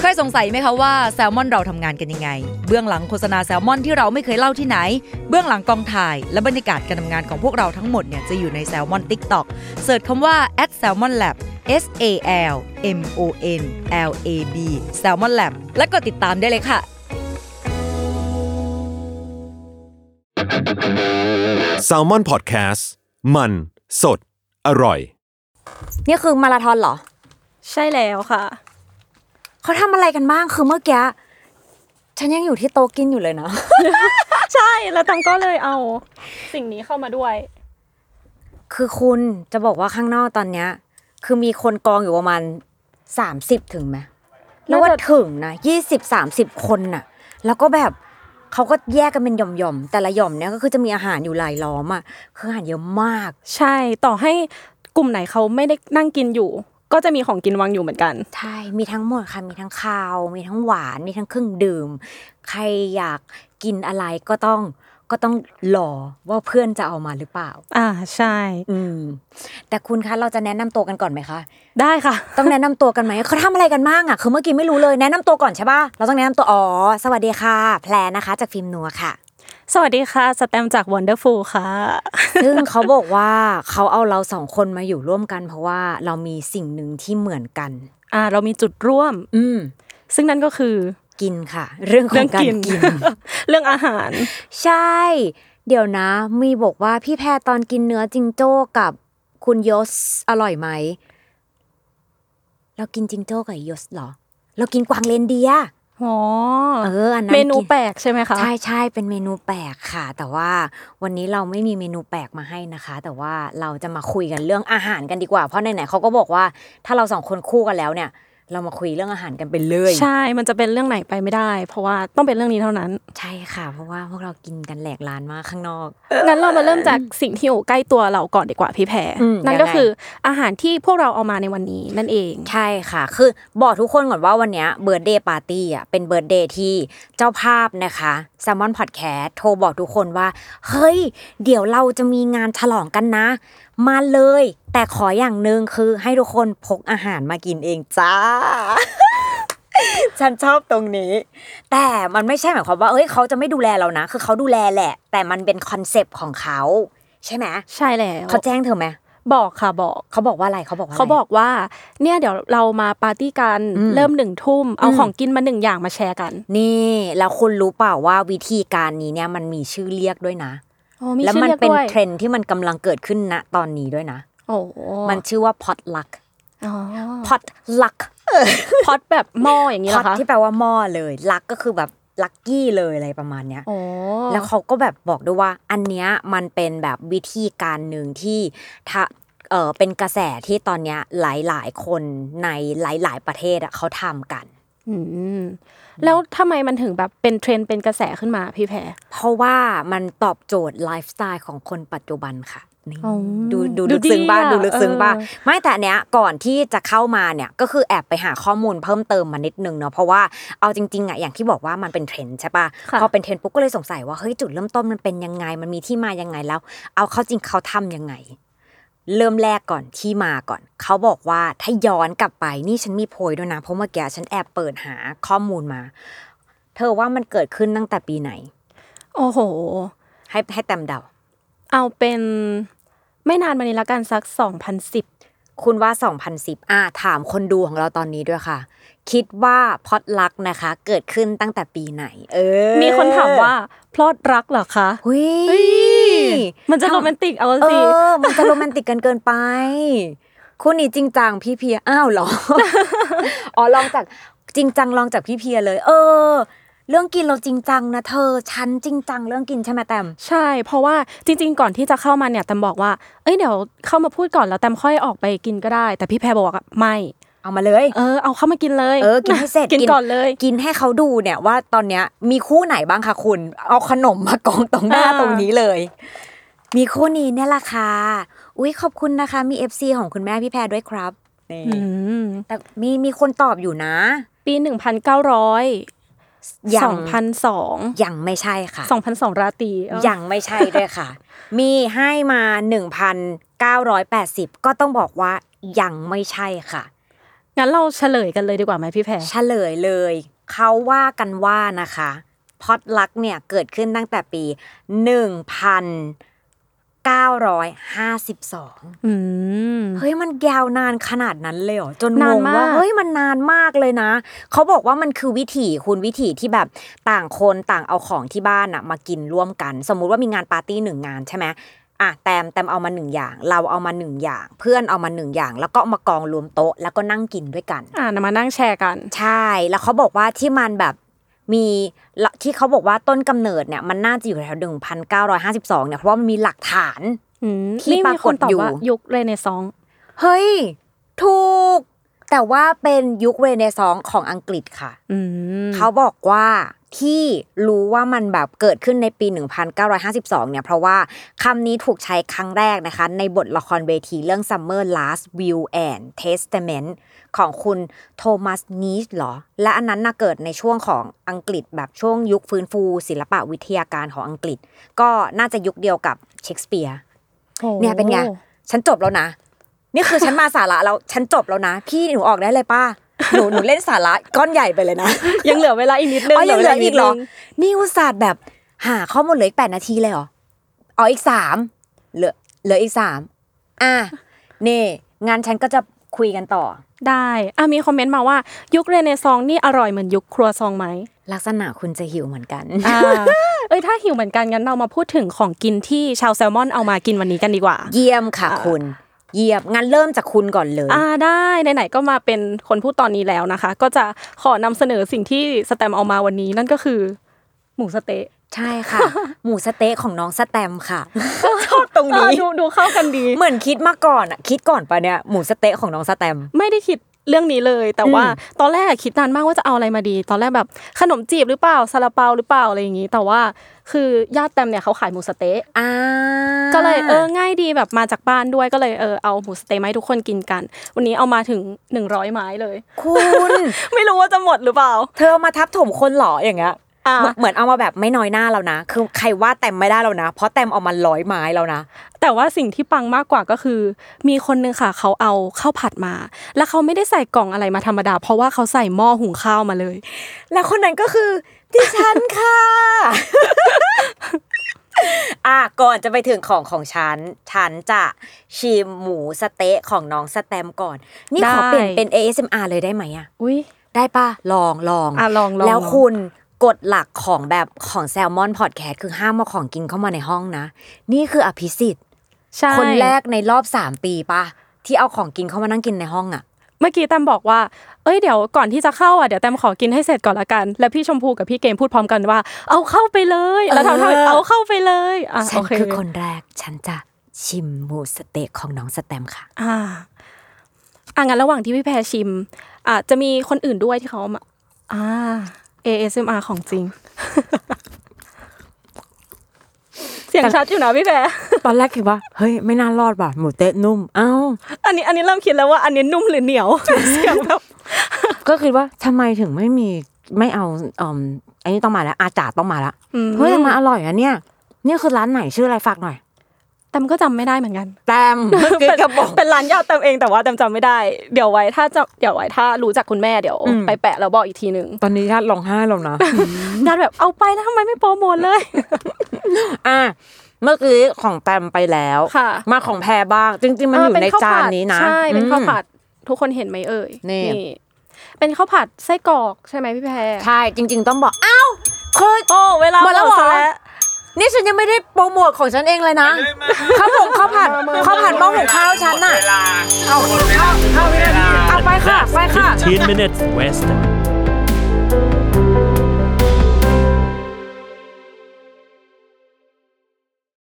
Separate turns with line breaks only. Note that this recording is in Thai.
เคยสงสัยไหมคะว่าแซลมอนเราทำงานกันยังไง เบื้องหลังโฆษณาแซลมอนที่เราไม่เคยเล่าที่ไหน เบื้องหลังกองถ่าย และบรรยากาศการทำงานของพวกเราทั้งหมดเนี่ยจะอยู่ในแซลมอนติ๊กต็อกเสิร์ชคำว่า at salmon lab S A L M O N L A B salmon lab และก็ติดตามได้เลยค่ะ
s a l ม o n PODCAST มันสดอร่อย
นี่คือมาราธอนเหรอ
ใช่แล้วค่ะ
เขาทำอะไรกันบ้างคือเมื่อกี้ฉันยังอยู่ที่โต๊ะกินอยู่เลยนะ
ใช่แล้วตังก็เลยเอา สิ่งนี้เข้ามาด้วย
คือคุณจะบอกว่าข้างนอกตอนเนี้ย คือมีคนกองอยู่ประมาณ 30 ถึงไหมแล้วว่า
น่าจะ
ถึงนะ20 30 คนน่ะ แล้วก็แบบเขาก็แยกกันเป็นหย่อมๆ แต่ละหย่อมเนี่ยก็คือจะมีอาหารอยู่หลายล้อมอ่ะคืออาหารเยอะมาก
ใช่ต่อให้กลุ่มไหนเขาไม่ได้นั่งกินอยู่ ก็จะมีของกินวางอยู่เหมือนกัน
ใช่ มีทั้งหมดค่ะ มีทั้งคาว มีทั้งหวาน มีทั้งเครื่องดื่ม ใครอยากกินอะไรก็ต้องก็ต้องรอว่าเพื่อนจะเอามาหรือเปล่า
อ่าใช่
อืม แต่คุณคะเราจะแนะนำตัวกันก่อนไหมคะ
ได้ค่ะ
ต้องแนะนำตัวกันไหมเขาทำอะไรกันบ้างอ่ะ คือเมื่อกี้ไม่รู้เลยแนะนำตัวก่อนใช่ป่ะ เราต้องแนะนำตัว อ๋อ สวัสดีค่ะ แพรนะคะ จากฟิล์มนัวค่ะ
สวัสดีค่ะสแตมจาก Wonderful ค่ะ
ซึ่งเขาบอกว่าเขาเอาเราสองคนมาอยู่ร่วมกัน เพราะว่าเรามีสิ่งหนึ่งที่เหมือนกัน
อ่าเรามีจุดร่วม
อืม
ซึ่งนั่นก็คือ
กินค่ะ เรื่องข
เรื่
อ
อง ง
การ
กิน
กิน
เรื่องอาหาร
ใช่ เดี๋ยวนะ มีบอกว่าพี่แพรตอนกินเนื้อจิงโจ้กับคุณยศอร่อยไหม เรากินจิงโจ้กับยศเหรอ เรากินกวางเลนเดียร์
อ๋อ
เอออันนั้น
เมนู
กิ
แปลกใช่ไหมคะ
ใช่ใช่เป็นเมนูแปลกค่ะ แต่ว่าวันนี้เราไม่มีเมนูแปลกมาให้นะคะ แต่ว่าเราจะมาคุยกันเรื่องอาหารกันดีกว่า เพราะไหนๆเขาก็บอกว่าถ้าเราสองคนคู่กันแล้วเนี่ย เรามาคุยเรื่องอาหารกันไปเลย
ใช่มันจะเป็นเรื่องไหนไปไม่ได้ เพราะว่าต้องเป็นเรื่องนี้เท่านั้น
ใช่ค่ะ เพราะว่าพวกเรากินกันแหลกลานมากข้างนอก
งั้นเรามาเริ่มจากสิ่งที่อยู่ใกล้ตัวเราก่อนดีกว่าพี่แพร
อืม
นั่
ยัง
น
ไง
ก็คืออาหารที่พวกเราเอามาในวันนี้นั่นเอง
ใช่ค่ะ คือบอกทุกคนก่อนว่าวันเนี้ยเบิร์ดเดย์ปาร์ตี้อ่ะเป็นเบิร์ดเดย์ที่เจ้าภาพนะคะแซมมอนพอดแคสโทรบอกทุกคนว่า เฮ้ย เดี๋ยวเราจะมีงานฉลองกันนะ มาเลย แต่ขออย่างหนึ่งคือให้ทุกคนพกอาหารมากินเองจ้า ฉันชอบตรงนี้ แต่มันไม่ใช่หมายความว่าเอ้ยเขาจะไม่ดูแลเรานะ คือเขาดูแลแหละ แต่มันเป็นคอนเซปต์ของเขาใช่ไหม
ใช่แล้ว
เขาแจ้งเธอไหม
บอกค่ะบอก
เขาบอกว่าอะไรเขาบอกว่าะไร
เขาบอกว่าเนี่ยเดี๋ยวเรามาปาร์ตี้กัน
อืม
เริ่มหนึ่งทุ่มเอา
อืม
ของกินมาหนึ่งอย่างมาแชร์กัน
นี่แล้วคุณรู้เปล่าว่าวิธีการนี้เนี่ยมันมีชื่อเรียกด้วยนะ
อ๋อมี
แล้ว
ชื่อ
มั
เรียก
เป็น
ด้วย
เทรนด์ที่มันกำลังเกิดขึ้นณตอนนี้ด้วยนะ
โอ้
มันชื่อว่าพอตลักพ
พ
อตลัก
พอดแบบหม้ออย่าง
พ
นี้เหร
อต
อคะ
ที่แปลว่าหม้อเลยลักก็คือแบบลักกี้เลยอะไรประมาณเนี้ย
โอ้
แล้วเขาก็แบบบอกด้วยว่าอันเนี้ยมันเป็นแบบวิธีการหนึ่งที่ถ้าเออเป็นกระแสที่ตอนเนี้ยหลายๆ คนในหลาย ๆ ประเทศอะเขาทำกัน
อืมแล้วทำไมมันถึงแบบเป็นเทรนด์เป็นกระแสขึ้นมาพี่แพร
เพราะว่ามันตอบโจทย์ไลฟ์สไตล์ของคนปัจจุบันค่ะนี่
อ๋อ
ดูดู
ดู
ลึกซึ้งบ้าง
ดีอะ
ดูลึกซึ้งบ้าง
เออ
ไม่แต่อันเนี้ยก่อนที่จะเข้ามาเนี่ยก็คือแอบไปหาข้อมูลเพิ่มเติมมานิดนึงเนาะเพราะว่าเอาจริงๆอ่ะอย่างที่บอกว่ามันเป็นเทรนด์ใช่ปะพอเป็นเทรนด์ปุ๊บก็เลยสงสัยว่าเฮ้ยจุดเริ่มต้นมันเป็นยังไง มันมีที่มายังไงแล้ว เอาเข้าจริงเขาทำยังไง เริ่มแรกก่อนที่มาก่อน เขาบอกว่าถ้าย้อนกลับไปนี่ฉันมีโพยด้วยนะเพราะเมื่อกี้ฉันแอบเปิดหาข้อมูลมา เธอว่ามันเกิดขึ้นตั้งแต่ปีไหน
โอ้โห
ให้ให้แตมเดา
เอาเป็นไม่นานมานี้ละกันสัก 2010
คุณว่า 2010 อ่า ถามคนดูของเราตอนนี้ด้วยค่ะ คิดว่าพอดลักนะคะ เกิดขึ้นตั้งแต่ปีไหน เออ
มีคนถามว่าพลอดรักเหรอคะ
หุย
เฮ้ยมันจะโรแมนติกเอา
เอ
สิ
อ มันจะโรแมนติกกันเกินไป คู่นี้จริงจังพี่เพีย อ้าวเหรอ อ๋อลองจากจริงจังลองจากพี่เพียเลย เออ เรื่องกินเราจริงจังนะเธอ ฉันจริงจังเรื่องกินใช่ไหมแตม
ใช่ เพราะว่าจริงๆ ก่อนที่จะเข้ามาเนี่ยแตมบอกว่า เอ้ยเดี๋ยวเข้ามาพูดก่อนแล้วแตมค่อยออกไปกินก็ได้ แต่พี่แพรบอกว่าไม่
เอามาเลย
เออ เอาเข้ามากินเลย
เออ กินให้เสร็จ
กินก่อนเลย
กินให้เขาดูเนี่ยว่าตอนเนี้ยมีคู่ไหนบ้างคะคุณ เอาขนมมากองตรงหน้า
อ่า
ตรงนี้เลย มีคู่นี้เนี่ยละค่ะ อุ้ยขอบคุณนะคะ มี FC ของคุณแม่พี่แพรด้วยครับนี่
อืม
แต่มีมีคนตอบอยู่นะ
ปี 1900
ยัง
2002
ยังไม่ใช่ค่ะ
2002 ราตรีเออ
ยังไม่ใช่ด้วย ค่ะ มีให้มา 1,980 ก็ต้องบอกว่ายังไม่ใช่ค่ะ
งั้นเราเฉลยกันเลยดีกว่าไหมพี่แพร
เฉลยเลย เขาว่ากันว่านะคะพอดลักเนี่ยเกิดขึ้นตั้งแต่ปี 1952
อืม
เฮ้ยมันยาวนานขนาดนั้นเลยเหรอจนง
นาน
ง
มาก
ว่าเฮ้ยมันนานมากเลยนะ เขาบอกว่ามันคือวิถีคุณวิถีที่แบบต่างคนต่างเอาของที่บ้านอะมากินร่วมกัน สมมุติว่ามีงานปาร์ตี้หนึ่งงานใช่ไหมอ่ะแตมแตมเอามาหนึ่งอย่าง เราเอามาหนึ่งอย่าง เพื่อนเอามาหนึ่งอย่าง แล้วก็เอามากองรวมโต๊ะแล้วก็นั่งกินด้วยกัน
อ่านำมานั่งแชร์กัน
ใช่ แล้วเขาบอกว่าที่มันแบบมีละที่เขาบอกว่าต้นกำเนิดเนี่ยมันน่าจะอยู่แถวหนึ่งพันเก้าร้อยห้าสิบสองเนี่ยเพราะว่ามันมีหลักฐาน
อืม
ที่
นี่มีคนตอบ
ป
ว่า
รากฏอยู่
ยุคเรเนซองส์
เฮ้ย ถูก แต่ว่าเป็นยุคเรเนซองส์ของอังกฤษค่ะ
อืม
เขาบอกว่าที่รู้ว่ามันแบบเกิดขึ้นในปี 1952 เนี่ย เพราะว่าคำนี้ถูกใช้ครั้งแรกนะคะ ในบทละครเวทีเรื่อง Summer Last Will and Testament ของคุณโทมัสนีชเหรอ และอันนั้นน่ะเกิดในช่วงของอังกฤษแบบช่วงยุคฟื้นฟู ศิลปะวิทยาการของอังกฤษ ก็น่าจะยุคเดียวกับเชคสเปียร์
โอ้
เนี่ยเป็นไง ฉันจบแล้วนะ นี่คือฉันมาสาระแล้ว ฉันจบแล้วนะ พี่หนูออกได้เลยป้า หนูหนูเล่นสาระก้อนใหญ่ไปเลยนะ
ยังเหลือเวลาอีกนิดนึง
อ๋อยังเหลืออีกเหรอ
วลานิดนึง
นี่อุตส่าห์แบบหาข้อมูลเหลืออีกแปดนาทีเลยเหรอ อ๋ออีกสามเหลือเหลืออีกสามอ่ะนี่งานฉันก็จะคุยกันต่อ
ได้อ่ะมีคอมเมนต์มาว่ายุคเรเนซองส์นี่อร่อยเหมือนยุคครัวซองไหม
ลักษณะคุณจะหิวเหมือนกัน
อ่า เอ้ยถ้าหิวเหมือนกันงั้นเรามาพูดถึงของกินที่ชาวแซลมอนเอามากินวันนี้กันดีกว่า
เยี่ยมค่ะคุณ เยี่ยมงานเริ่มจากคุณก่อนเลย
อ่าได้ไหนๆก็มาเป็นคนพูดตอนนี้แล้วนะคะ ก็จะขอนำเสนอสิ่งที่สแตมเอามาวันนี้นั่นก็คือ หมูสะเต๊ะ
ใช่ค่ะ หมูสะเต๊ะของน้องสแตมค่ะ ชอบตรง
เออ
นี้
ดูดูเข้ากันดี
เหมือนคิดมาก่อนอะคิดก่อนปะเนี่ยหมูสะเต๊ะของน้องสแตม
ไม่ได้คิดเรื่องนี้เลย แต่ว่าตอนแรกคิดนานมากว่าจะเอาอะไรมาดี ตอนแรกแบบขนมจีบหรือเปล่าซาลาเปาหรือเปล่าอะไรอย่างนี้ แต่ว่าคือญาติแตมเนี่ยเขาขายหมูสะเต๊ะ
อ่า
ก็เลยเออง่ายดีแบบมาจากบ้านด้วยก็เลยเออเอาหมูสะเต๊ะมาให้ทุกคนกินกัน วันนี้เอามาถึง 100 ไม้เลย
คุณ
ไม่รู้ว่าจะหมดหรือเปล่า
เธอเอามาทับถมคนเหรออย่างเงี้ย
อ่า
เหมือนเหมือนเอามาแบบไม่น้อยหน้าแล้วนะ คือใครว่าแต็มไม่ได้แล้วนะ เพราะแต็มเอามาร้อยไม้แล้วนะ
แต่ว่าสิ่งที่ปังมากกว่าก็คือ มีคนนึงค่ะ เขาเอาข้าวผัดมา แล้วเขาไม่ได้ใส่กล่องอะไรมาธรรมดา เพราะว่าเขาใส่หม้อหุงข้าวมาเลย
แล้วคนนั้นก็คือดิฉันค่ะ อ่ะก่อนจะไปถึงของของฉัน ฉันจะชิมหมูสะเต๊ะของน้องสแตมก่อน นี่ขอ
ได้
เปลี่ยนเป็น ASMR เลยได้ไหมอะ
อุ้ย
ได้ปะลองลอง
อ่ะลองลอง
แล้ว
ลอง
คุณกฎหลักของแบบของแซลมอนพอดแคสต์คือห้ามเอาของกินเข้ามาในห้องนะ นี่คืออภิสิทธิ์
ใช่
คนแรกในรอบสามปีปะที่เอาของกินเข้ามานั่งกินในห้องอ่ะ
เมื่อกี้แตมบอกว่า เอ้ยเดี๋ยวก่อนที่จะเข้าอ่ะเดี๋ยวแตมขอกินให้เสร็จก่อนละกัน แล้วพี่ชมพูกับพี่เกมพูดพร้อมกันว่า เอาเข้าไปเลย แล้วทำท่า
เออ
เอาเข้าไปเลยอ่ะ
ฉั
โอน เค
คือคนแรกฉันจะชิมหมูสะเต๊ะของน้องสแตมค่ะ
อ่าอ่ะงั้นระหว่างที่พี่แพรชิมอ่ะจะมีคนอื่นด้วยที่เขาเอามาอ่า ASMR ของจริง เสียงชัดอยู่นะพี่แพร
ตอนแรกคิดว่า เฮ้ย ไม่น่ารอดว่ะหมูเต๊ะนุ่ม เอ้า
อันนี้อันนี้เริ่มคิดแล้วว่าอันนี้นุ่มหรือเหนียว เสียงแบบ
ก็คิดว่าทำไมถึงไม่มีไม่เอาอมอันนี้ต้องมาแล้วอาจารย์ต้องมาแล้ว
อืม
เฮ้ยแต่มาอร่อยอะเนี่ยนี่คือร้านไหนชื่ออะไรฝากหน่อย
แตมก็จำไม่ได้เหมือนกัน
แตม เมื่อกี้ก็บอก
เป็นร้านยาแตมเองแต่ว่าแตมจำไม่ได้ เดี๋ยวไว้ถ้าจะเดี๋ยวไว้ถ้ารู้จักคุณแม่เดี๋ยว
อืม
ไปแปะแล้วบอกอีกทีหนึ่ง
ตอนนี้ญาติร้องไห้แล้ว นะ
ญาติแบบเอาไปแล้วทำไมไม่โปรโมทเลย
อ่ะเมื่อกี้ของแตมไปแล้ว
ค่ะ
มาของแพรบ้าง จริง ๆ มันอยู่ใน
เเป็ข้ว
จา
ผั
น
ด
นี้นะ
ใช่เป็นข้าว
อืม
ผัดทุกคนเห็นไหมเอ่ย
นี่
เป็นข้าวผัดไส้กรอกใช่ไหมพี่แพร
ใช่จริง ๆ ต้องบอกอ้าวเคย
โอ้เวลา
หมดแล้ว
ซะ
เหรอ นี่ฉันยังไม่ได้โปรโมทของฉันเองเลยนะข้าวผงข้าวผัดข้าวผัดหม้อหุงข้าวฉันน่ะเอาข้าวข้าววินาทีเอาไปค่ะ ไปค่ะ
15 minutes west.